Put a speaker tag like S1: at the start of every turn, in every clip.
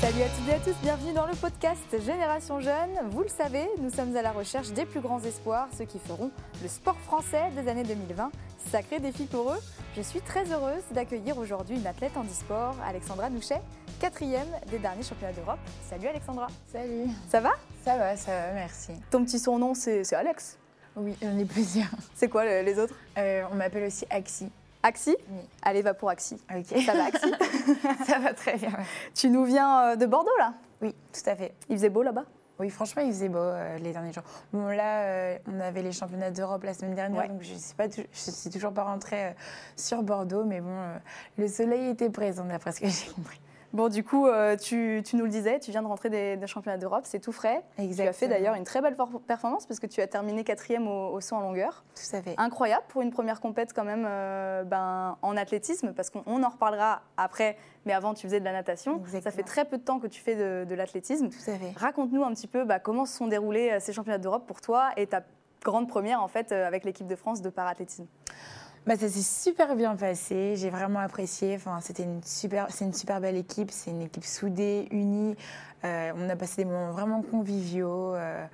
S1: Salut à toutes et à tous, bienvenue dans le podcast Génération Jeune. Vous le savez, nous sommes à la recherche des plus grands espoirs, ceux qui feront le sport français des années 2020. Sacré défi pour eux. Je suis très heureuse d'accueillir aujourd'hui une athlète en e-sport, Alexandra Nouchet, quatrième des derniers championnats d'Europe. Salut Alexandra.
S2: Salut.
S1: Ça va
S2: Ça va, ça va, merci.
S1: Ton petit surnom, c'est c'est Alex.
S2: Oui, j'en ai plusieurs.
S1: C'est quoi le- les autres
S2: Euh, on m'appelle aussi Axi.
S1: Axi
S2: Oui.
S1: Allez, va pour Axi.
S2: Ok.
S1: Ça va, Axi
S2: ça va très bien.
S1: Tu nous viens euh, de Bordeaux, là
S2: Oui, tout à fait.
S1: Il faisait beau là-bas
S2: Oui, franchement, il faisait beau euh, les derniers jours. Bon, là, euh, on avait les championnats d'Europe la semaine dernière,
S1: Ouais.
S2: donc je sais pas, tou- je suis toujours pas rentrée euh, sur Bordeaux, mais bon, euh, le soleil était présent d'après ce que j'ai compris.
S1: Bon, du coup, euh, tu, tu nous le disais, tu viens de rentrer des, des championnats d'Europe, c'est tout frais. Tu as fait d'ailleurs une très belle por- performance puisque tu as terminé quatrième au, au saut en longueur.
S2: Tout à fait.
S1: Incroyable pour une première compète quand même euh, ben, en athlétisme parce qu'on on en reparlera après, mais avant tu faisais de la natation. Ça
S2: Exactement.
S1: fait très peu de temps que tu fais de, de l'athlétisme.
S2: Tout à fait.
S1: Raconte-nous un petit peu bah, comment se sont déroulés euh, ces championnats d'Europe pour toi et ta grande première en fait euh, avec l'équipe de France de parathlétisme.
S2: Bah, ça s'est super bien passé, j'ai vraiment apprécié. Enfin, c'était une super, c'est une super belle équipe, c'est une équipe soudée, unie. Euh, on a passé des moments vraiment conviviaux. Euh,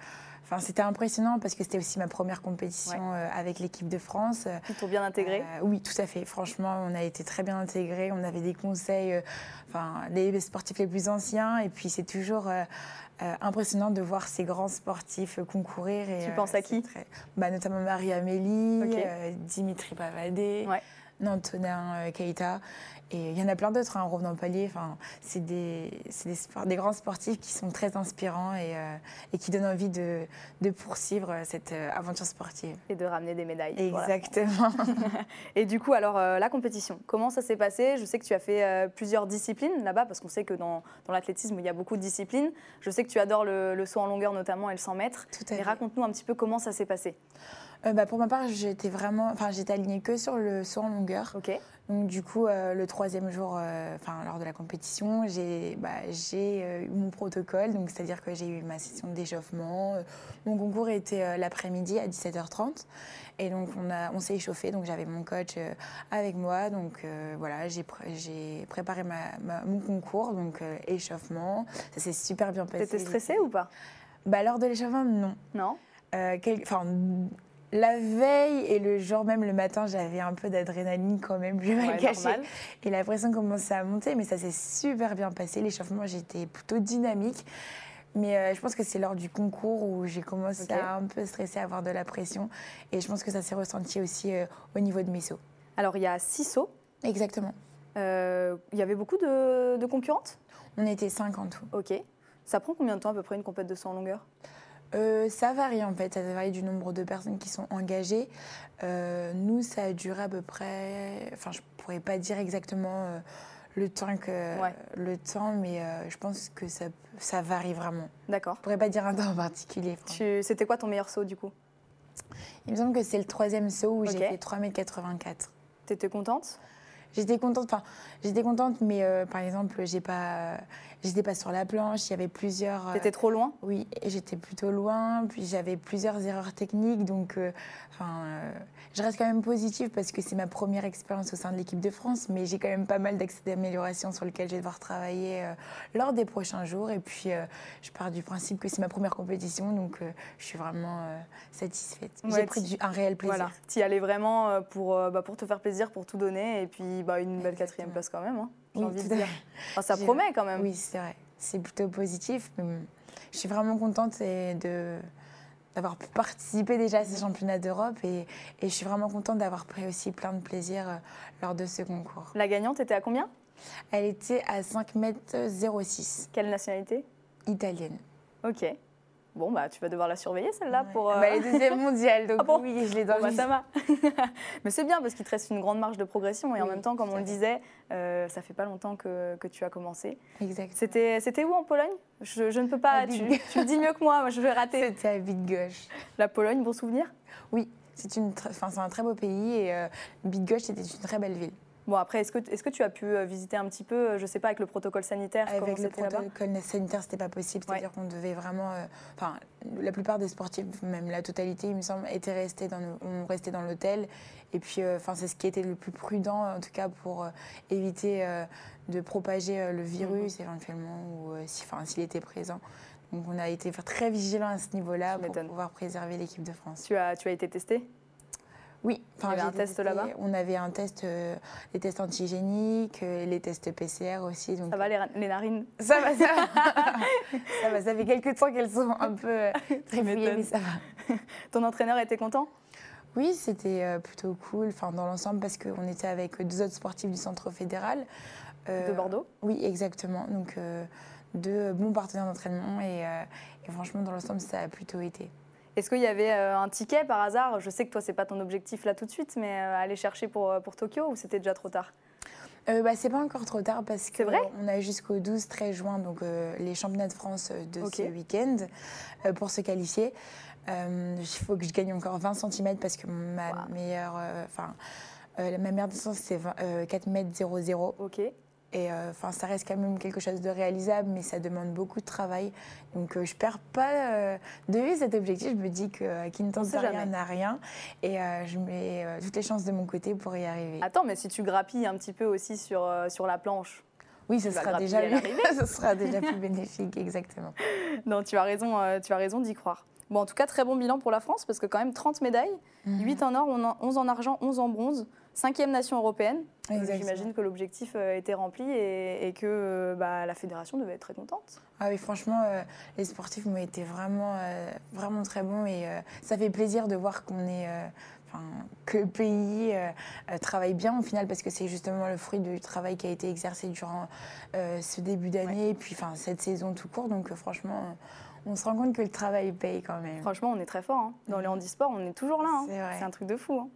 S2: Enfin, c'était impressionnant parce que c'était aussi ma première compétition euh, avec l'équipe de France. Euh,
S1: Ils t'ont bien intégré.
S2: euh, oui, tout à fait. Franchement, on a été très bien intégrés. On avait des conseils, euh, enfin, les sportifs les plus anciens. Et puis, c'est toujours euh, euh, impressionnant de voir ces grands sportifs euh, concourir. Et,
S1: Tu penses à
S2: c'est
S1: qui
S2: très- bah, Notamment Marie-Amélie,
S1: Ok.
S2: euh, Dimitri Pavadé,
S1: Ouais.
S2: Antonin euh, Keita. Et il y en a plein d'autres, hein, Ronan Palier. Enfin, c'est des, c'est des, spor- des grands sportifs qui sont très inspirants et, euh, et qui donnent envie de, de poursuivre euh, cette euh, aventure sportive.
S1: Et de ramener des médailles. pour la France.
S2: Exactement.
S1: Et du coup, alors euh, la compétition, comment ça s'est passé Je sais que tu as fait euh, plusieurs disciplines là-bas, parce qu'on sait que dans, dans l'athlétisme, il y a beaucoup de disciplines. Je sais que tu adores le, le saut en longueur notamment et le 100 mètres.
S2: Tout à
S1: Et
S2: fait.
S1: raconte-nous un petit peu comment ça s'est passé.
S2: Euh, bah, pour ma part, j'étais vraiment, enfin, j'étais alignée que sur le saut en longueur.
S1: Ok.
S2: Donc du coup, euh, le troisième jour, euh, enfin lors de la compétition, j'ai, bah, j'ai euh, eu mon protocole, donc c'est-à-dire que j'ai eu ma session d'échauffement. Euh, Mon concours était euh, l'après-midi à 17h30, et donc on a, on s'est échauffé. Donc j'avais mon coach euh, avec moi, donc euh, voilà, j'ai, pr- j'ai préparé ma, ma- mon concours, donc euh, échauffement. Ça s'est super bien passé.
S1: T'étais stressée ou pas
S2: Bah lors de l'échauffement, non.
S1: Non.
S2: Euh, quel- enfin, la veille et le jour même, le matin, j'avais un peu d'adrénaline quand même, je vais pas
S1: Ouais,
S2: le cacher.
S1: normal.
S2: Et la pression commençait à monter, mais ça s'est super bien passé. L'échauffement, j'étais plutôt dynamique. Mais euh, je pense que c'est lors du concours où j'ai commencé
S1: Ok.
S2: à un peu stresser, à avoir de la pression. Et je pense que ça s'est ressenti aussi euh, au niveau de mes sauts.
S1: Alors il y a six sauts.
S2: Exactement.
S1: Euh, il y avait beaucoup de, de concurrentes
S2: On était cinq en tout.
S1: Ok. Ça prend combien de temps à peu près une compète de saut en longueur
S2: Euh, ça varie en fait, ça varie du nombre de personnes qui sont engagées. Euh, nous, ça a duré à peu près. Enfin, je pourrais pas dire exactement euh, le temps que
S1: Ouais.
S2: le temps, mais euh, je pense que ça, ça varie vraiment.
S1: D'accord.
S2: Je pourrais pas dire un temps en particulier. franchement.
S1: Tu- C'était quoi ton meilleur saut du coup
S2: Il me semble que c'est le troisième saut où
S1: Ok.
S2: j'ai fait 3m84.
S1: T'étais contente
S2: J'étais contente, enfin, j'étais contente, mais euh, par exemple, j'ai pas, j'étais pas sur la planche. Il y avait plusieurs. euh,
S1: T'étais trop loin
S2: Oui, et j'étais plutôt loin, puis j'avais plusieurs erreurs techniques, donc euh, enfin, euh, je reste quand même positive parce que c'est ma première expérience au sein de l'équipe de France, mais j'ai quand même pas mal d'accès d'amélioration sur lequel je vais devoir travailler euh, lors des prochains jours. Et puis, euh, je pars du principe que c'est ma première compétition, donc euh, je suis vraiment euh, satisfaite.
S1: Ouais,
S2: j'ai pris
S1: tu-
S2: du- un réel plaisir.
S1: Voilà, t'y allais vraiment euh, pour, euh, bah, pour te faire plaisir, pour tout donner, et puis bah, une belle quatrième
S2: Exactement.
S1: place quand même, hein, j'ai
S2: Oui,
S1: envie de
S2: tout à
S1: dire. Enfin, ça
S2: J'ai-
S1: promet quand même.
S2: Oui, c'est vrai. C'est plutôt positif. mais bon, Je suis vraiment contente et de d'avoir pu participer déjà à ces championnats d'Europe et, et je suis vraiment contente d'avoir pris aussi plein de plaisir euh, lors de ce concours.
S1: La gagnante était à combien
S2: Elle était à 5m06,
S1: Quelle nationalité
S2: italienne.
S1: Ok. Bon, bah tu vas devoir la surveiller celle-là
S2: Ouais.
S1: pour... euh,
S2: Bah, elle est deuxième mondiale, donc
S1: Ah bon
S2: oui, je l'ai dans
S1: Bon, bah,
S2: le-
S1: ça va. Mais c'est bien parce qu'il te reste une grande marge de progression et en
S2: Oui,
S1: même temps, comme
S2: tout
S1: on
S2: à
S1: le
S2: fait.
S1: disait, euh, ça fait pas longtemps que, que tu as commencé.
S2: Exact.
S1: C'était c'était où en Pologne je, je ne peux pas,
S2: La
S1: tu,
S2: Ligue.
S1: tu le dis mieux que moi, moi je vais rater.
S2: C'était à Big Gauche.
S1: La Pologne, bon souvenir
S2: Oui, c'est une tr- enfin, c'est un très beau pays et euh, Big Gauche, c'était une très belle ville.
S1: Bon, après, est-ce que, est que tu as pu euh, visiter un petit peu, euh, je sais pas, avec le protocole sanitaire comment
S2: Avec le
S1: c'était là-bas
S2: protocole sanitaire, c'était pas possible.
S1: Ouais.
S2: C'est-à-dire qu'on devait vraiment. euh, Enfin, la plupart des sportifs, même la totalité, il me semble, étaient restés dans, nos- ont resté dans l'hôtel. Et puis, euh, enfin, c'est ce qui était le plus prudent, en tout cas, pour euh, éviter euh, de propager euh, le
S1: Mhm.
S2: virus éventuellement, ou euh, si- enfin, s'il était présent. Donc, on a été très vigilants à ce niveau-là
S1: Tu
S2: pour
S1: m'étonnes.
S2: pouvoir préserver l'équipe de France.
S1: tu as, tu as été testé
S2: Oui, enfin,
S1: Il y avait
S2: j'ai
S1: un test
S2: testé-
S1: là-bas
S2: On avait un test, euh, les tests antigéniques, euh, les tests PCR aussi. Donc
S1: Ça va, les, ra- les narines
S2: ça va, ça va. ça va, ça fait quelques temps qu'elles sont un peu euh, trifouillées, mais
S1: m'étonnes.
S2: ça va.
S1: Ton entraîneur était content
S2: Oui, c'était euh, plutôt cool, enfin dans l'ensemble, parce qu'on était avec euh, deux autres sportifs du centre fédéral. Euh,
S1: de Bordeaux
S2: Oui, exactement. Donc, euh, deux bons partenaires d'entraînement et, euh, et franchement, dans l'ensemble, ça a plutôt été.
S1: Est-ce qu'il y avait euh, un ticket par hasard Je sais que toi, c'est pas ton objectif là tout de suite, mais euh, aller chercher pour, euh, pour Tokyo ou c'était déjà trop tard
S2: Euh, bah, c'est pas encore trop tard parce
S1: C'est
S2: que
S1: vrai
S2: on a jusqu'au 12-13 juin donc euh, les championnats de France euh, de
S1: Ok.
S2: ce week-end euh, pour se qualifier. Euh, Il faut que je gagne encore 20 cm parce que ma
S1: Waouh.
S2: meilleure, euh, enfin euh, ma meilleure distance c'est 20, euh, 4 mètres 00
S1: Ok.
S2: et euh, enfin ça reste quand même quelque chose de réalisable mais ça demande beaucoup de travail donc euh, je perds pas euh, de vue cet objectif. Je me dis que euh, qui ne tente
S1: sait
S2: rien
S1: jamais.
S2: n'a rien et euh, je mets euh, toutes les chances de mon côté pour y arriver.
S1: Attends, mais si tu grappilles un petit peu aussi sur, euh, sur la planche,
S2: Oui, ce
S1: Tu vas
S2: sera,
S1: grappiller
S2: déjà,
S1: à l'arrivée.
S2: ce sera déjà plus bénéfique, exactement.
S1: Non, tu as raison, euh, tu as raison d'y croire. Bon, en tout cas, très bon bilan pour la France, parce que quand même 30 médailles,
S2: Mhm. Mm.
S1: 8 en or, on en- 11 en argent, 11 en bronze, 5e nation européenne. Donc,
S2: Exactement.
S1: J'imagine que l'objectif euh, était rempli et, et que euh, bah, la fédération devait être très contente.
S2: Ah oui, franchement, euh, les sportifs m'ont été vraiment, euh, vraiment très bons et euh, ça fait plaisir de voir qu'on est. euh, enfin, que le pays euh, euh, travaille bien au final parce que c'est justement le fruit du travail qui a été exercé durant euh, ce début d'année et puis enfin, cette saison tout court. Donc euh, franchement, on se rend compte que le travail paye quand même.
S1: Franchement, on est très fort. hein. Dans les handisports, on est toujours là. hein.
S2: C'est vrai.
S1: C'est un truc de fou. hein.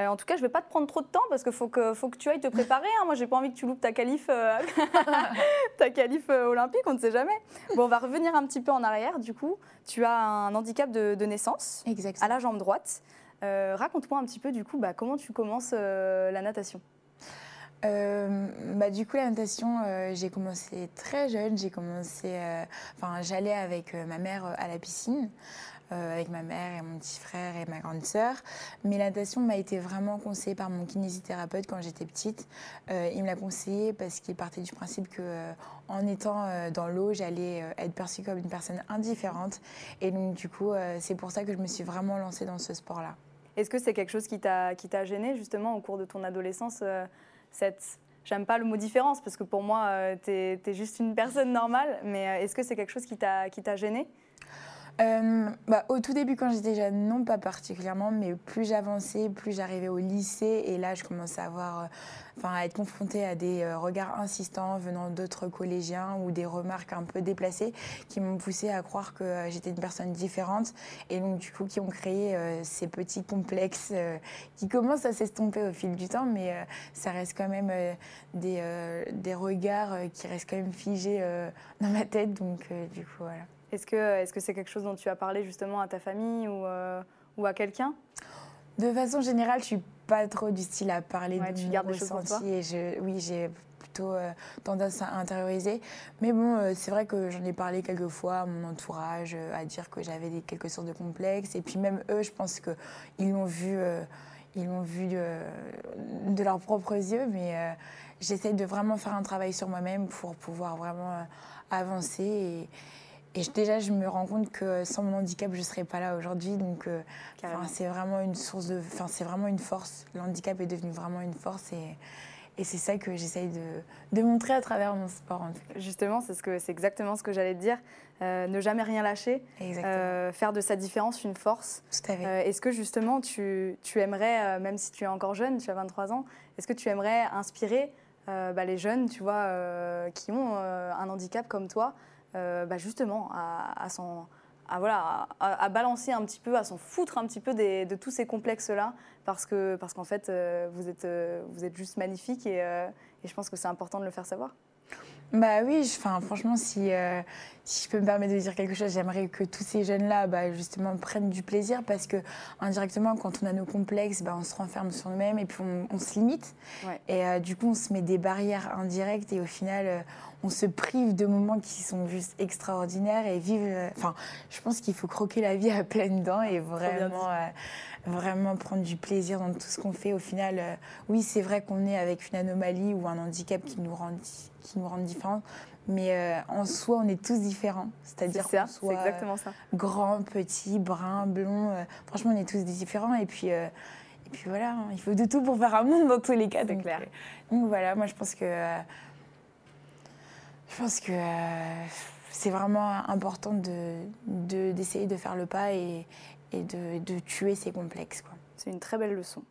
S1: Euh, en tout cas, je vais pas te prendre trop de temps parce qu'il faut que, faut que tu ailles te préparer. hein. Moi, j'ai pas envie que tu loupes ta qualif, euh, ta qualif euh, olympique, on ne sait jamais. Bon, on va revenir un petit peu en arrière. Du coup, tu as un handicap de- de naissance. à
S2: Exactement.
S1: la jambe droite. Euh, Raconte-moi un petit peu du coup bah, comment tu commences euh, la natation.
S2: Euh, bah, du coup, la natation, euh, j'ai commencé très jeune. J'ai commencé, euh, enfin, j'allais avec euh, ma mère euh, à la piscine, euh, avec ma mère et mon petit frère et ma grande sœur. Mais la natation m'a été vraiment conseillée par mon kinésithérapeute quand j'étais petite. Euh, il me l'a conseillée parce qu'il partait du principe que, euh, en étant euh, dans l'eau, j'allais euh, être perçue comme une personne indifférente. Et donc, du coup, euh, c'est pour ça que je me suis vraiment lancée dans ce sport-là.
S1: Est-ce que c'est quelque chose qui t'a qui t'a gêné justement au cours de ton adolescence euh, cette J'aime pas le mot différence parce que pour moi, euh, t'es es juste une personne normale, mais euh, est-ce que c'est quelque chose qui t'a qui t'a gêné
S2: Euh, bah, au tout début, quand j'étais jeune, non pas particulièrement, mais plus j'avançais, plus j'arrivais au lycée, et là, je commençais à avoir, euh, enfin, à être confrontée à des euh, regards insistants venant d'autres collégiens ou des remarques un peu déplacées qui m'ont poussée à croire que euh, j'étais une personne différente, et donc du coup, qui ont créé euh, ces petits complexes euh, qui commencent à s'estomper au fil du temps, mais euh, ça reste quand même euh, des, euh, des regards euh, qui restent quand même figés euh, dans ma tête, donc euh, du coup, voilà.
S1: Est-ce que est-ce que c'est quelque chose dont tu as parlé justement à ta famille ou euh, ou à quelqu'un
S2: De façon générale, je suis pas trop du style à parler
S1: Ouais,
S2: de
S1: tu
S2: mon
S1: gardes les choses pour
S2: ressenti et je, oui, j'ai plutôt euh, tendance à intérioriser. Mais bon, euh, c'est vrai que j'en ai parlé quelques fois à mon entourage, euh, à dire que j'avais des quelques sortes de complexes. Et puis même eux, je pense que ils l'ont vu. euh, ils l'ont vu euh, de leurs propres yeux, mais euh, j'essaie de vraiment faire un travail sur moi-même pour pouvoir vraiment euh, avancer. Et, et je- déjà, je me rends compte que sans mon handicap, je ne serais pas là aujourd'hui. Donc, euh,
S1: Carrément.
S2: enfin, c'est vraiment une source de. Enfin, c'est vraiment une force. L'handicap est devenu vraiment une force. Et, et c'est ça que j'essaye de, de montrer à travers mon sport, en tout
S1: Justement, c'est ce que c'est exactement ce que j'allais te dire. Euh, ne jamais rien lâcher,
S2: cas. Exactement.
S1: euh, faire de sa différence une force.
S2: tout à fait.
S1: Euh, est-ce que justement tu, tu aimerais, euh, même si tu es encore jeune, tu as 23 ans, est-ce que tu aimerais inspirer euh, bah, les jeunes, tu vois, euh, qui ont euh, un handicap comme toi, euh, bah, justement à, à s'en- à, voilà, à, à balancer un petit peu, à s'en foutre un petit peu des- de tous ces complexes-là, parce que parce qu'en fait euh, vous êtes euh, vous êtes juste magnifique et, euh, et je pense que c'est important de le faire savoir.
S2: Bah oui, je- enfin, franchement, si, euh, si je peux me permettre de dire quelque chose, j'aimerais que tous ces jeunes-là, bah, justement, prennent du plaisir parce que indirectement, quand on a nos complexes, bah, on se renferme sur nous-mêmes et puis on, on se limite.
S1: Ouais.
S2: Et euh, du coup, on se met des barrières indirectes et au final, euh, on se prive de moments qui sont juste extraordinaires et vivre. euh, Enfin, je pense qu'il faut croquer la vie à pleines dents et vraiment, euh, vraiment prendre du plaisir dans tout ce qu'on fait. Au final, euh, oui, c'est vrai qu'on est avec une anomalie ou un handicap qui nous rend, qui nous rend différents. Mais euh, en soi, on est tous différents. C'est-à-dire
S1: C'est ça,
S2: qu'on
S1: c'est
S2: soit euh,
S1: exactement ça.
S2: grand, petit, brun, blond. euh, franchement, on est tous différents. Et puis, euh, et puis voilà, hein, il faut de tout pour faire un monde dans tous les cas.
S1: C'est
S2: donc,
S1: clair.
S2: euh, donc voilà, moi je pense que. euh, je pense que euh, c'est vraiment important d'essayer de, d'essayer de faire le pas et, et de, de tuer ces complexes. Quoi.
S1: C'est une très belle leçon.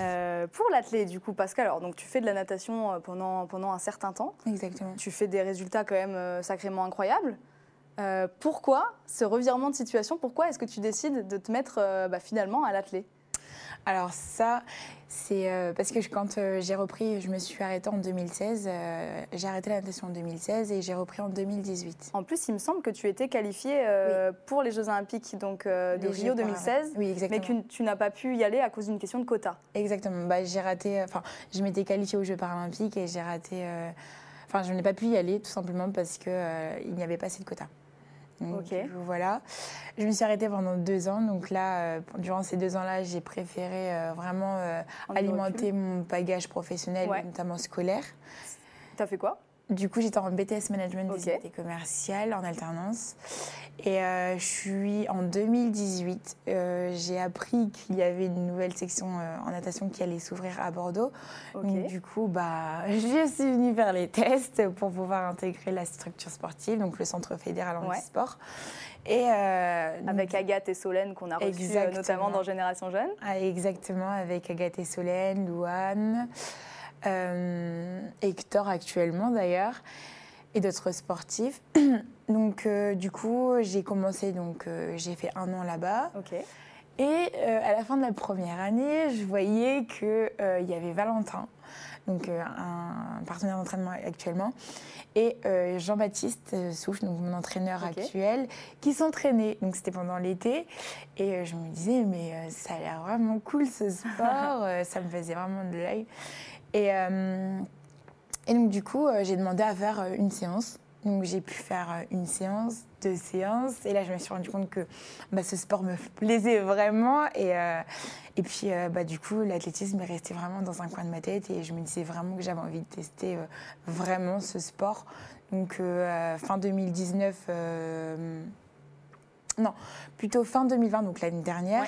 S1: Euh, pour l'athlète, du coup, Pascal, alors, donc, tu fais de la natation euh, pendant, pendant un certain temps.
S2: Exactement.
S1: Tu fais des résultats quand même euh, sacrément incroyables. Euh, pourquoi ce revirement de situation Pourquoi est-ce que tu décides de te mettre euh, bah, finalement à l'athlète
S2: Alors ça, c'est euh, parce que je- quand euh, j'ai repris, je me suis arrêtée en 2016. euh, j'ai arrêté la natation en 2016 et j'ai repris en 2018.
S1: En plus, il me semble que tu étais qualifiée euh, pour les Jeux Olympiques donc, euh, de
S2: Les
S1: Rio
S2: Jeux par-
S1: 2016,
S2: Oui,
S1: mais
S2: exactement.
S1: que tu n'as pas pu y aller à cause d'une question de quota.
S2: Exactement. Bah, j'ai raté. Enfin, je m'étais qualifiée aux Jeux paralympiques et j'ai raté. euh, Enfin, je n'ai pas pu y aller tout simplement parce que euh, il n'y avait pas assez de quotas. Donc,
S1: Ok.
S2: du coup, voilà. Je me suis arrêtée pendant deux ans. Donc là, euh, durant ces deux ans-là, j'ai préféré euh, vraiment euh,
S1: Prendre du recul.
S2: alimenter mon bagage professionnel,
S1: Ouais.
S2: notamment scolaire.
S1: T'as fait quoi
S2: Du coup, j'étais en BTS Management
S1: Ok.
S2: des activités commerciales en alternance. Et euh, je suis en 2018, euh, j'ai appris qu'il y avait une nouvelle section euh, en natation qui allait s'ouvrir à Bordeaux.
S1: Ok.
S2: Donc, du coup, bah, je suis venue faire les tests pour pouvoir intégrer la structure sportive, donc le Centre fédéral
S1: Ouais.
S2: handisport. Et euh, donc,
S1: Avec Agathe et Solène qu'on a reçues euh, notamment
S2: Exactement.
S1: dans Génération Jeune.
S2: ah, exactement, avec Agathe et Solène, Louane, euh, Hector actuellement d'ailleurs, et d'autres sportifs. donc euh, du coup, j'ai commencé, donc euh, j'ai fait un an là-bas.
S1: Ok.
S2: Et euh, à la fin de la première année, je voyais qu'il y avait Valentin, donc euh, un partenaire d'entraînement actuellement, et euh, Jean-Baptiste euh, Souffle, donc mon entraîneur
S1: Ok.
S2: actuel, qui s'entraînait. Donc c'était pendant l'été. Et euh, je me disais, mais euh, ça a l'air vraiment cool ce sport, euh, ça me faisait vraiment de l'œil. Et, euh, et donc du coup, euh, j'ai demandé à faire euh, une séance. Donc j'ai pu faire euh, une séance, deux séances. Et là, je me suis rendu compte que bah, ce sport me plaisait vraiment. Et, euh, et puis, euh, bah, du coup, l'athlétisme est resté vraiment dans un coin de ma tête. Et je me disais vraiment que j'avais envie de tester euh, vraiment ce sport. Donc, euh, fin 2019. euh, non, plutôt fin 2020, donc l'année dernière,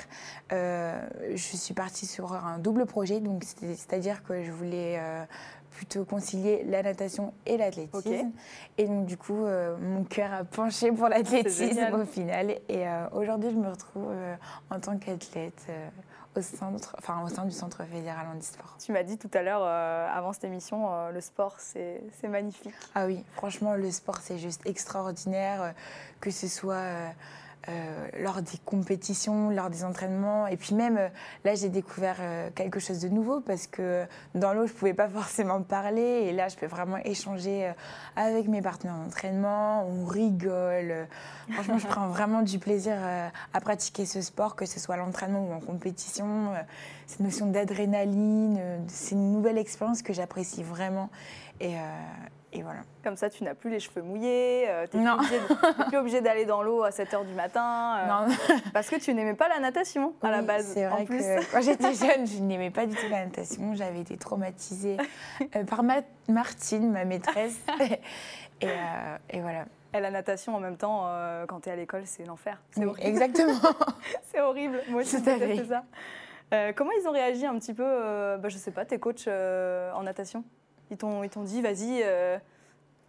S2: euh, je suis partie sur un double projet. Donc, c'était- c'est-à-dire que je voulais euh, plutôt concilier la natation et l'athlétisme.
S1: Ok.
S2: Et donc, du coup, euh, mon cœur a penché pour l'athlétisme
S1: génial.
S2: au final. Et euh, aujourd'hui, je me retrouve euh, en tant qu'athlète euh, au, centre, enfin, au sein du Centre fédéral handisport.
S1: Tu m'as dit tout à l'heure, euh, avant cette émission, euh, le sport, c'est c'est magnifique.
S2: Ah oui, franchement, le sport, c'est juste extraordinaire, euh, que ce soit euh, euh, lors des compétitions, lors des entraînements. Et puis même, euh, là, j'ai découvert euh, quelque chose de nouveau parce que dans l'eau, je ne pouvais pas forcément parler. Et là, je peux vraiment échanger euh, avec mes partenaires d'entraînement, on rigole. Euh, Franchement, je prends vraiment du plaisir euh, à pratiquer ce sport, que ce soit à l'entraînement ou en compétition. Euh, Cette notion d'adrénaline, euh, c'est une nouvelle expérience que j'apprécie vraiment. Et, euh, et voilà.
S1: Comme ça, tu n'as plus les cheveux mouillés, euh, t'es
S2: Non.
S1: plus obligé de- t'es plus obligé d'aller dans l'eau à 7h du matin, euh,
S2: Non,
S1: parce que tu n'aimais pas la natation à la
S2: oui,
S1: base.
S2: C'est vrai
S1: en plus,
S2: que quand j'étais jeune, je n'aimais pas du tout la natation. J'avais été traumatisée euh, par ma- Martine, ma maîtresse. et, euh, et voilà.
S1: et la natation en même temps, euh, quand t'es à l'école, c'est l'enfer. C'est
S2: Oui,
S1: horrible.
S2: Exactement.
S1: C'est horrible. Moi aussi, je
S2: Tout à fait.
S1: déteste ça. Euh, comment ils ont réagi un petit peu, euh, bah, je sais pas, tes coachs euh, en natation Ils t'ont ils t'ont dit, vas-y, euh,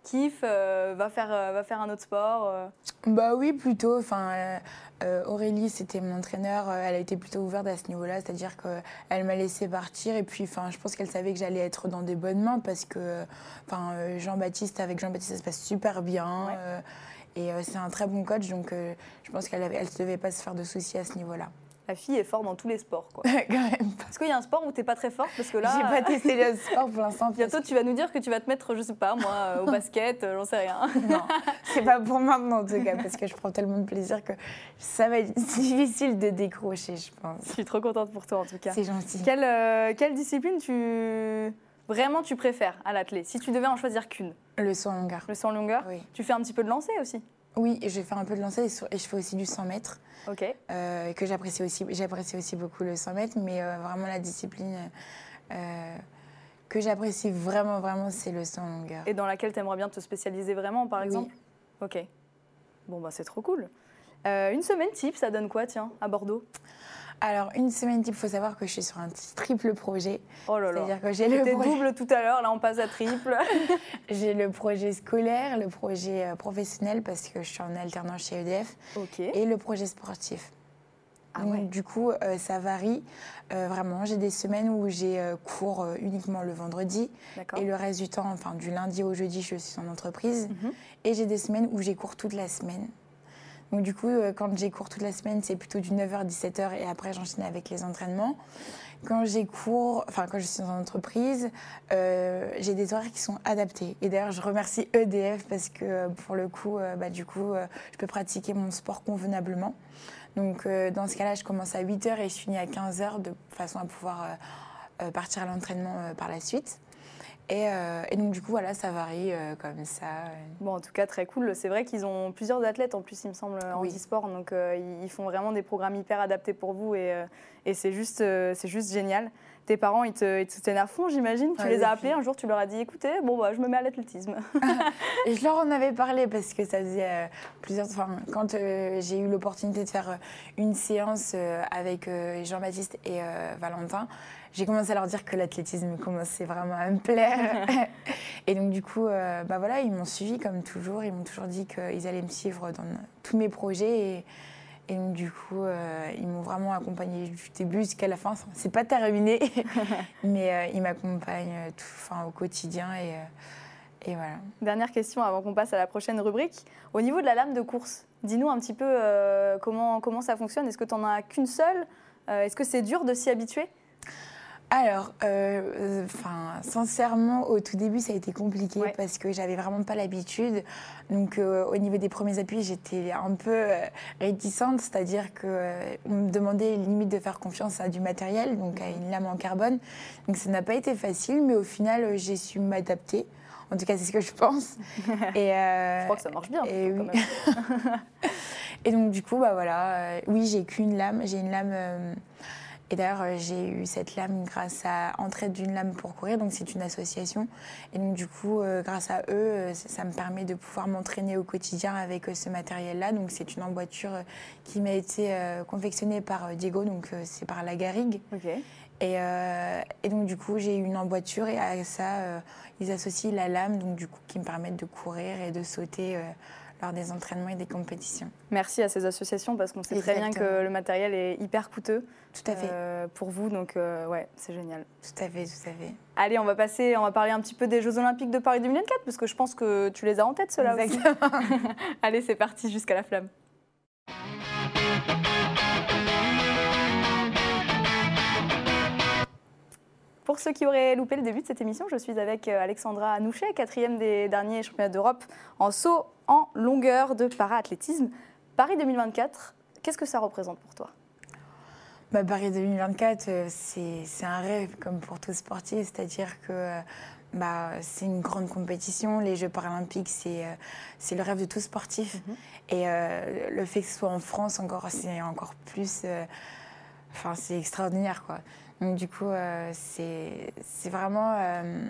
S1: kiffe, euh, va, faire, euh, va faire un autre sport. euh.
S2: Bah oui, plutôt. Enfin, euh, euh, Aurélie, c'était mon entraîneur. euh, Elle a été plutôt ouverte à ce niveau-là, c'est-à-dire qu'elle m'a laissé partir. Et puis, enfin, je pense qu'elle savait que j'allais être dans des bonnes mains parce que, enfin, euh, Jean-Baptiste avec Jean-Baptiste, ça se passe super bien.
S1: Ouais.
S2: euh, et euh, c'est un très bon coach, donc euh, je pense qu'elle avait- elle ne devait pas se faire de soucis à ce niveau-là.
S1: la fille est forte dans tous les sports. quoi.
S2: Quand même pas.
S1: Est-ce qu'il y a un sport où t'es pas très forte Parce que là,
S2: J'ai pas
S1: euh,
S2: testé le sport pour l'instant.
S1: bientôt tu vas nous dire que tu vas te mettre, je sais pas moi, euh, au basket, euh, j'en sais rien.
S2: Non, c'est pas pour maintenant en tout cas, parce que je prends tellement de plaisir que ça va être difficile de décrocher, je pense.
S1: Je suis trop contente pour toi en tout cas.
S2: C'est gentil.
S1: Quelle, euh, quelle discipline tu vraiment tu préfères à l'athlète Si tu devais en choisir qu'une,
S2: Le saut en longueur.
S1: le saut en longueur,
S2: Oui.
S1: tu fais un petit peu de lancer aussi.
S2: Ah. Oui, et je vais faire un peu de lancer et sur- et je fais aussi du 100 mètres,
S1: Ok.
S2: euh, que j'apprécie aussi. J'apprécie aussi beaucoup le 100 mètres, mais euh, vraiment la discipline euh, que j'apprécie vraiment, vraiment, c'est le saut en longueur.
S1: Et dans laquelle tu aimerais bien te spécialiser vraiment, par
S2: Oui.
S1: exemple Ok. Bon, bah c'est trop cool. Euh, une semaine type, ça donne quoi, tiens, à Bordeaux
S2: Alors, une semaine type, il faut savoir que je suis sur un triple projet.
S1: Oh là là.
S2: C'est-à-dire que j'ai le
S1: C'était
S2: projet-
S1: double tout à l'heure, là on passe à triple.
S2: J'ai le projet scolaire, le projet euh, professionnel parce que je suis en alternance chez EDF
S1: ok.
S2: et le projet sportif.
S1: Ah
S2: Donc,
S1: ouais.
S2: Du coup, euh, ça varie euh, vraiment. J'ai des semaines où j'ai euh, cours euh, uniquement le vendredi
S1: D'accord.
S2: et le reste du temps, enfin du lundi au jeudi, je suis en entreprise.
S1: Mhm.
S2: Et j'ai des semaines où j'ai cours toute la semaine. Donc du coup, euh, quand j'ai cours toute la semaine, c'est plutôt du 9h 17h et après j'enchaîne avec les entraînements. Quand j'ai cours, enfin quand je suis en entreprise, euh, j'ai des horaires qui sont adaptés. Et d'ailleurs, je remercie EDF parce que euh, pour le coup, euh, bah, du coup, euh, je peux pratiquer mon sport convenablement. Donc euh, dans ce cas-là, je commence à 8h et je finis à 15h de façon à pouvoir euh, euh, partir à l'entraînement euh, par la suite. Et, euh, et donc du coup, voilà, ça varie euh, comme ça. euh.
S1: Bon, en tout cas, très cool. C'est vrai qu'ils ont plusieurs athlètes en plus, il me semble, en
S2: Oui.
S1: e-sport. Donc, euh, ils- ils font vraiment des programmes hyper adaptés pour vous et, euh, et c'est juste, euh, c'est juste génial. Tes parents, ils te, ils te soutiennent à fond, j'imagine. Tu
S2: Ouais,
S1: les as
S2: de
S1: appelés un jour, tu leur as dit écoutez, bon, bah, je me mets à l'athlétisme.
S2: Et je leur en avais parlé parce que ça faisait euh, plusieurs. Enfin, quand euh, j'ai eu l'opportunité de faire euh, une séance euh, avec euh, Jean-Baptiste et euh, Valentin, j'ai commencé à leur dire que l'athlétisme commençait vraiment à me plaire. et donc, du coup, euh, bah voilà, ils m'ont suivi comme toujours. Ils m'ont toujours dit qu'ils allaient me suivre dans tous mes projets. Et, et donc, du coup, euh, ils m'ont vraiment accompagnée du début jusqu'à la fin. Enfin, C'est pas terminé, mais euh, ils m'accompagnent euh, tout- enfin, au quotidien. Et, euh, et voilà.
S1: Dernière question avant qu'on passe à la prochaine rubrique. Au niveau de la lame de course, dis-nous un petit peu euh, comment, comment ça fonctionne. Est-ce que tu n'en as qu'une seule Euh, Est-ce que c'est dur de s'y habituer
S2: Alors, euh, enfin, sincèrement, au tout début, ça a été compliqué
S1: Ouais.
S2: parce que j'avais vraiment pas l'habitude. Donc, euh, au niveau des premiers appuis, j'étais un peu euh, réticente, c'est-à-dire que euh, on me demandait limite de faire confiance à du matériel, donc à une lame en carbone. Donc, ça n'a pas été facile, mais au final, euh, j'ai su m'adapter. En tout cas, c'est ce que je pense. Et, euh,
S1: Je crois que ça marche bien.
S2: et
S1: plutôt,
S2: Eh oui.
S1: quand même.
S2: et donc du coup, bah voilà, euh, oui, j'ai qu'une lame, j'ai une lame. euh, et d'ailleurs, euh, j'ai eu cette lame grâce à Entraide d'une lame pour courir, donc c'est une association. Et donc du coup, euh, grâce à eux, euh, ça, ça me permet de pouvoir m'entraîner au quotidien avec euh, ce matériel-là. Donc c'est une emboîture euh, qui m'a été euh, confectionnée par euh, Diego, donc euh, c'est par la Garrigue.
S1: Ok.
S2: Et, euh, et donc du coup, j'ai eu une emboîture et à ça, euh, ils associent la lame, donc du coup, qui me permettent de courir et de sauter euh, lors des entraînements et des compétitions.
S1: Merci à ces associations parce qu'on sait très bien
S2: Exactement.
S1: que le matériel est hyper coûteux.
S2: Tout à fait,
S1: euh, pour vous. Donc, euh, ouais, c'est génial.
S2: tout à fait, tout à fait.
S1: Allez, on va passer, on va parler un petit peu des Jeux Olympiques de Paris 2024 parce que je pense que tu les as en tête, ceux-là aussi. Allez, c'est parti jusqu'à la flamme. Pour ceux qui auraient loupé le début de cette émission, je suis avec euh, Alexandra Anouchet, quatrième des derniers championnats d'Europe en saut en longueur de para-athlétisme. Paris 2024, qu'est-ce que ça représente pour toi
S2: Bah, Paris 2024, euh, c'est c'est un rêve comme pour tout sportif, c'est-à-dire que euh, bah, c'est une grande compétition. Les Jeux paralympiques, c'est euh, c'est le rêve de tout sportif. Et euh, le fait que ce soit en France, encore, c'est encore plus. euh, Enfin, c'est extraordinaire, quoi. Donc, du coup, euh, c'est c'est vraiment. euh,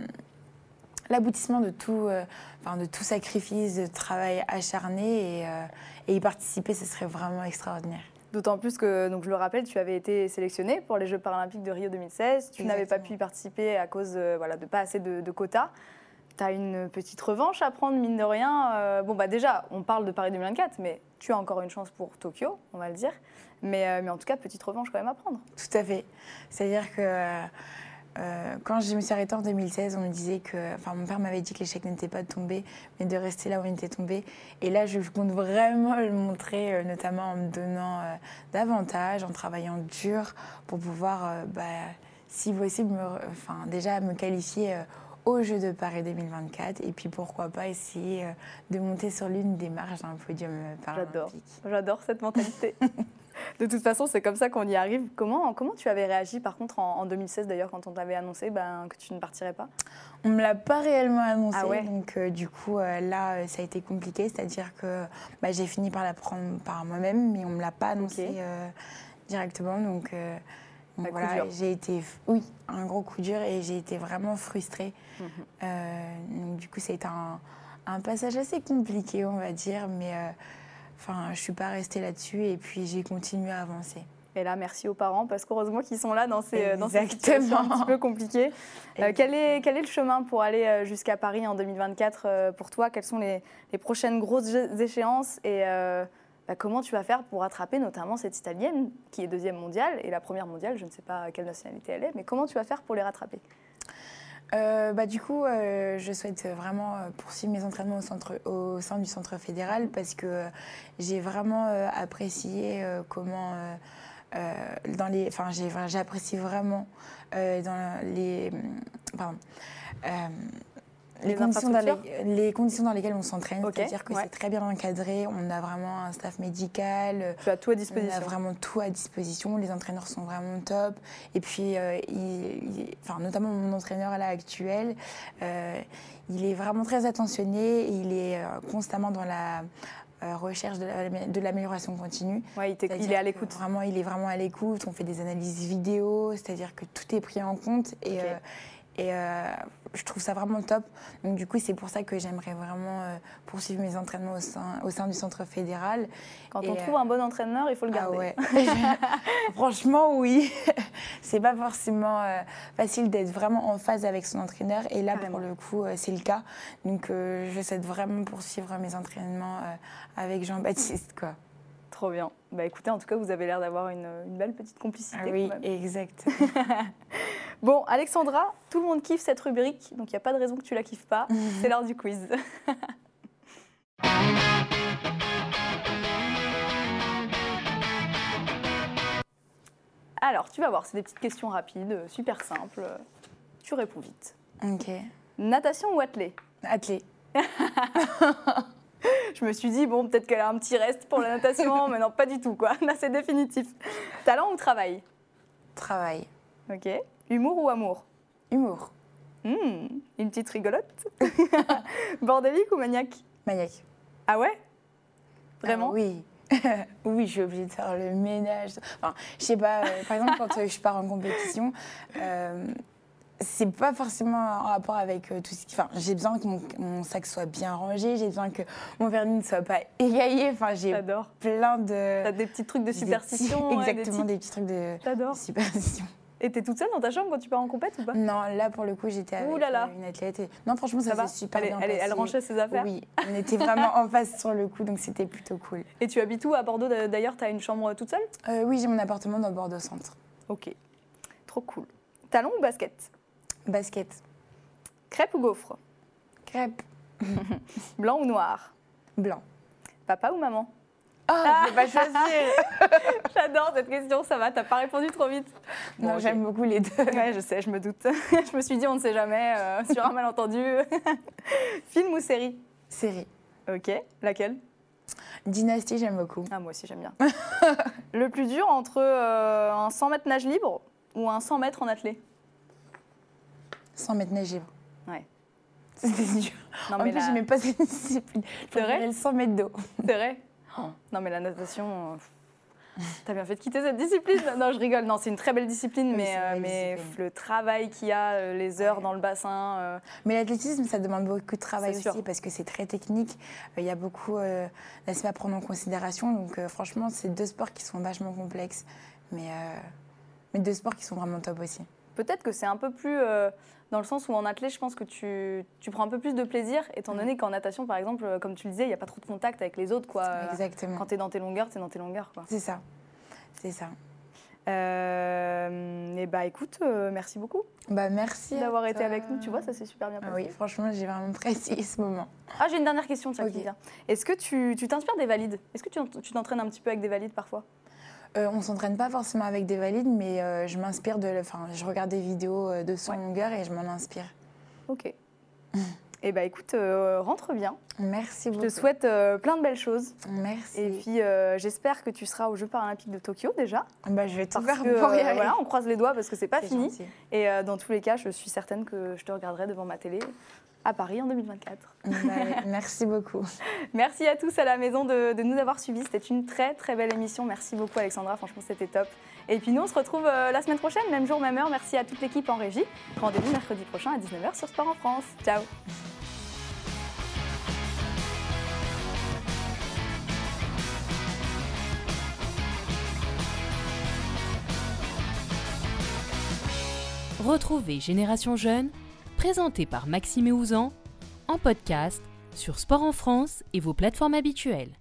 S2: L'aboutissement de tout, euh, enfin, de tout sacrifice, de travail acharné et, euh, et y participer, ce serait vraiment extraordinaire.
S1: D'autant plus que, donc je le rappelle, tu avais été sélectionnée pour les Jeux paralympiques de Rio 2016. Tu n'avais pas
S2: Exactement.
S1: pu y participer à cause euh, voilà, de pas assez de, de quotas. Tu as une petite revanche à prendre, mine de rien. Euh, bon, bah déjà, on parle de Paris 2024, mais tu as encore une chance pour Tokyo, on va le dire. Mais, euh, mais en tout cas, petite revanche quand même à prendre.
S2: Tout à fait. C'est-à-dire que Euh, quand je me suis arrêtée en 2016, on me disait que. Enfin, mon père m'avait dit que l'échec n'était pas de tomber, mais de rester là où il était tombé. Et là, je compte vraiment le montrer, euh, notamment en me donnant euh, davantage, en travaillant dur pour pouvoir, euh, bah, si possible, me re- enfin, déjà me qualifier. euh, aux Jeux de Paris 2024 et puis pourquoi pas essayer euh, de monter sur l'une des marches d'un podium euh,
S1: J'adore.
S2: paralympique.
S1: J'adore cette mentalité. De toute façon, c'est comme ça qu'on y arrive. Comment, comment tu avais réagi, par contre, en, en 2016, d'ailleurs, quand on t'avait annoncé ben, que tu ne partirais pas
S2: On me l'a pas réellement annoncé,
S1: Ah ouais
S2: donc euh, du coup euh, là euh, ça a été compliqué, c'est-à-dire que bah, j'ai fini par la prendre par moi-même, mais on me l'a pas annoncé
S1: Ok.
S2: euh, directement, donc euh, donc
S1: coup
S2: voilà,
S1: dur.
S2: j'ai été oui un gros coup dur et j'ai été vraiment frustrée.
S1: Mhm.
S2: Euh, donc du coup c'est un, un passage assez compliqué on va dire, mais euh, enfin je suis pas restée là-dessus et puis j'ai continué à avancer.
S1: Et là, merci aux parents, parce qu'heureusement qu'ils sont là dans ces, dans ces
S2: Exactement.
S1: situations un petit peu compliquées. Euh, quel, est, quel est le chemin pour aller euh, jusqu'à Paris en 2024 euh, pour toi Quelles sont les, les prochaines grosses gé- échéances Et euh, bah, comment tu vas faire pour attraper notamment cette Italienne qui est deuxième mondiale et la première mondiale, je ne sais pas quelle nationalité elle est, mais comment tu vas faire pour les rattraper
S2: Euh, bah, du coup, euh, je souhaite vraiment euh, poursuivre mes entraînements au, centre- au sein du centre fédéral parce que euh, j'ai vraiment euh, apprécié euh, comment. euh, euh, dans les, enfin, j'ai- j'apprécie vraiment euh, dans les, mm, pardon, euh, les,
S1: Les
S2: conditions dans
S1: infrastructures
S2: les, les conditions dans lesquelles on s'entraîne.
S1: Ok,
S2: C'est-à-dire que
S1: ouais.
S2: c'est très bien encadré. On a vraiment un staff médical. euh,
S1: Tu as tout à
S2: on
S1: disposition.
S2: a vraiment tout à disposition. Les entraîneurs sont vraiment top. Et puis, euh, il- il- enfin, notamment mon entraîneur là actuel, euh, il est vraiment très attentionné. et Il est euh, constamment dans la euh, recherche de la- de l'amélioration continue.
S1: Ouais, il, t'éc- il est
S2: C'est-à-dire
S1: à
S2: que
S1: l'écoute.
S2: Vraiment, il est vraiment à l'écoute. On fait des analyses vidéo, c'est-à-dire que tout est pris en compte. Et,
S1: Ok.
S2: euh, et euh, je trouve ça vraiment top. Donc, du coup, c'est pour ça que j'aimerais vraiment euh, poursuivre mes entraînements au sein, au sein du centre fédéral.
S1: Quand
S2: Et,
S1: on
S2: euh,
S1: trouve un bon entraîneur, il faut le
S2: Ah
S1: garder.
S2: ouais. Franchement, oui. c'est pas forcément euh, facile d'être vraiment en phase avec son entraîneur. Et là,
S1: Carrément.
S2: pour le coup, euh, c'est le cas. Donc, euh, je souhaite vraiment poursuivre mes entraînements euh, avec Jean-Baptiste, quoi.
S1: Trop bien. Bah écoutez, en tout cas, vous avez l'air d'avoir une, une belle petite complicité.
S2: Ah
S1: quand
S2: oui,
S1: même.
S2: exact.
S1: Bon, Alexandra, tout le monde kiffe cette rubrique, donc il n'y a pas de raison que tu la kiffes pas. C'est l'heure du quiz. Alors, tu vas voir, c'est des petites questions rapides, euh, super simples. euh, Tu réponds vite.
S2: ok.
S1: Natation ou athlée
S2: Athlée.
S1: Je me suis dit, bon, peut-être qu'elle a un petit reste pour la natation, mais non, pas du tout, quoi. Là, c'est définitif. Talent ou travail
S2: Travail.
S1: Ok. Humour ou amour
S2: Humour.
S1: Hmm, Une petite rigolote Bordélique ou maniaque
S2: Maniaque.
S1: Ah ouais Vraiment
S2: Ah Oui. oui, je suis obligée de faire le ménage. Enfin, je sais pas, euh, par exemple, quand euh, je pars en compétition, euh, c'est pas forcément en rapport avec euh, tout ce qui. Enfin, j'ai besoin que mon, mon sac soit bien rangé, j'ai besoin que mon vernis ne soit pas égaillé. Enfin, j'ai
S1: J'adore.
S2: plein de.
S1: T'as des petits trucs de superstition.
S2: Euh, des
S1: ouais,
S2: petits-
S1: des
S2: Exactement,
S1: tics.
S2: des, petits trucs de
S1: J'adore.
S2: superstition.
S1: Et t'es toute seule dans ta chambre quand tu pars en compète ou pas
S2: Non, là, pour le coup, j'étais avec
S1: Ouh là là.
S2: euh, une athlète. et- Non, franchement, ça,
S1: Ça va
S2: s'est super
S1: elle, est-
S2: bien
S1: elle est- elle
S2: passé.
S1: rangeait ses affaires.
S2: Oui, on était vraiment en face sur le coup, donc c'était plutôt cool.
S1: Et tu habites où à Bordeaux d'a- D'ailleurs, t'as une chambre toute seule
S2: Euh, oui, j'ai mon appartement dans Bordeaux Centre.
S1: Ok. Trop cool. Talon ou basket
S2: Basket,
S1: Crêpe ou gaufre
S2: crêpe,
S1: Blanc ou noir
S2: blanc.
S1: Papa ou maman
S2: Oh,
S1: Ah,
S2: je vais pas choisir.
S1: J'adore cette question, ça va, t'as pas répondu trop vite.
S2: non,
S1: Bon, ok.
S2: j'aime beaucoup les deux.
S1: Ouais, je sais, je me doute. je me suis dit, on ne sait jamais, euh, sur un malentendu. Film ou série
S2: Série.
S1: Ok, laquelle
S2: Dynastie, j'aime beaucoup.
S1: Ah, moi aussi, j'aime bien. le plus dur entre euh, un 100 mètres nage libre ou un 100 mètres en athlée
S2: 100 mètres nage libre.
S1: Ouais.
S2: C'était dur.
S1: Non,
S2: en plus,
S1: la-
S2: j'aimais pas cette discipline.
S1: C'est vrai
S2: J'aimais le 100 mètres d'eau.
S1: c'est vrai Non, mais la natation. euh, pff, T'as bien fait de quitter cette discipline Non, je rigole. Non, c'est une très belle discipline,
S2: Oui,
S1: mais,
S2: c'est une
S1: euh,
S2: belle
S1: mais
S2: discipline.
S1: pff, le travail qu'il y a, euh, les heures
S2: Ouais.
S1: dans le bassin, euh,
S2: Mais l'athlétisme, ça demande beaucoup de travail
S1: C'est
S2: aussi
S1: sûr.
S2: parce que c'est très technique. Euh, Il y a beaucoup euh, d'aspects à prendre en considération. Donc, euh, franchement, c'est deux sports qui sont vachement complexes. Mais, euh, mais deux sports qui sont vraiment top aussi.
S1: Peut-être que c'est un peu plus euh, dans le sens où en athlète, je pense que tu, tu prends un peu plus de plaisir, étant
S2: Mm.
S1: donné qu'en natation, par exemple, euh, comme tu le disais, il n'y a pas trop de contact avec les autres. Quoi. Euh,
S2: Exactement.
S1: Quand tu es dans tes longueurs, tu es dans tes longueurs. Quoi.
S2: C'est ça. C'est ça.
S1: Euh, et bah écoute, euh, merci beaucoup
S2: Bah, merci. à
S1: d'avoir été
S2: toi.
S1: avec nous. Tu vois, ça s'est super bien
S2: Ah
S1: passé.
S2: oui, franchement, j'ai vraiment apprécié ce moment.
S1: Ah, j'ai une dernière question, tiens, qui
S2: Ok.
S1: vient. Est-ce que tu tu t'inspires des valides Est-ce que tu tu t'entraînes un petit peu avec des valides parfois
S2: Euh, on s'entraîne pas forcément avec des valides, mais euh, je m'inspire de. Enfin, je regarde des vidéos euh, de son
S1: Ouais.
S2: longueur et je m'en inspire.
S1: Ok. Et bah écoute, euh, rentre bien.
S2: Merci
S1: Je
S2: beaucoup.
S1: te souhaite euh, plein de belles choses.
S2: Merci.
S1: Et puis euh, j'espère que tu seras aux Jeux paralympiques de Tokyo déjà.
S2: Bah, je vais tout
S1: Parce
S2: faire
S1: que
S2: pour y
S1: euh,
S2: aller.
S1: voilà, on croise les doigts parce que c'est pas
S2: C'est
S1: fini.
S2: gentil.
S1: Et euh, dans tous les cas, je suis certaine que je te regarderai devant ma télé à Paris en 2024.
S2: Bah, merci beaucoup.
S1: Merci à tous à la maison de, de nous avoir suivis. C'était une très très belle émission. Merci beaucoup Alexandra, franchement c'était top. Et puis nous on se retrouve euh, la semaine prochaine, même jour, même heure. Merci à toute l'équipe en régie. Rendez-vous mercredi prochain à 19h sur Sport en France. Ciao
S3: Retrouvez Génération Jeune, présenté par Maxime et Ouzan, en podcast sur Sport en France et vos plateformes habituelles.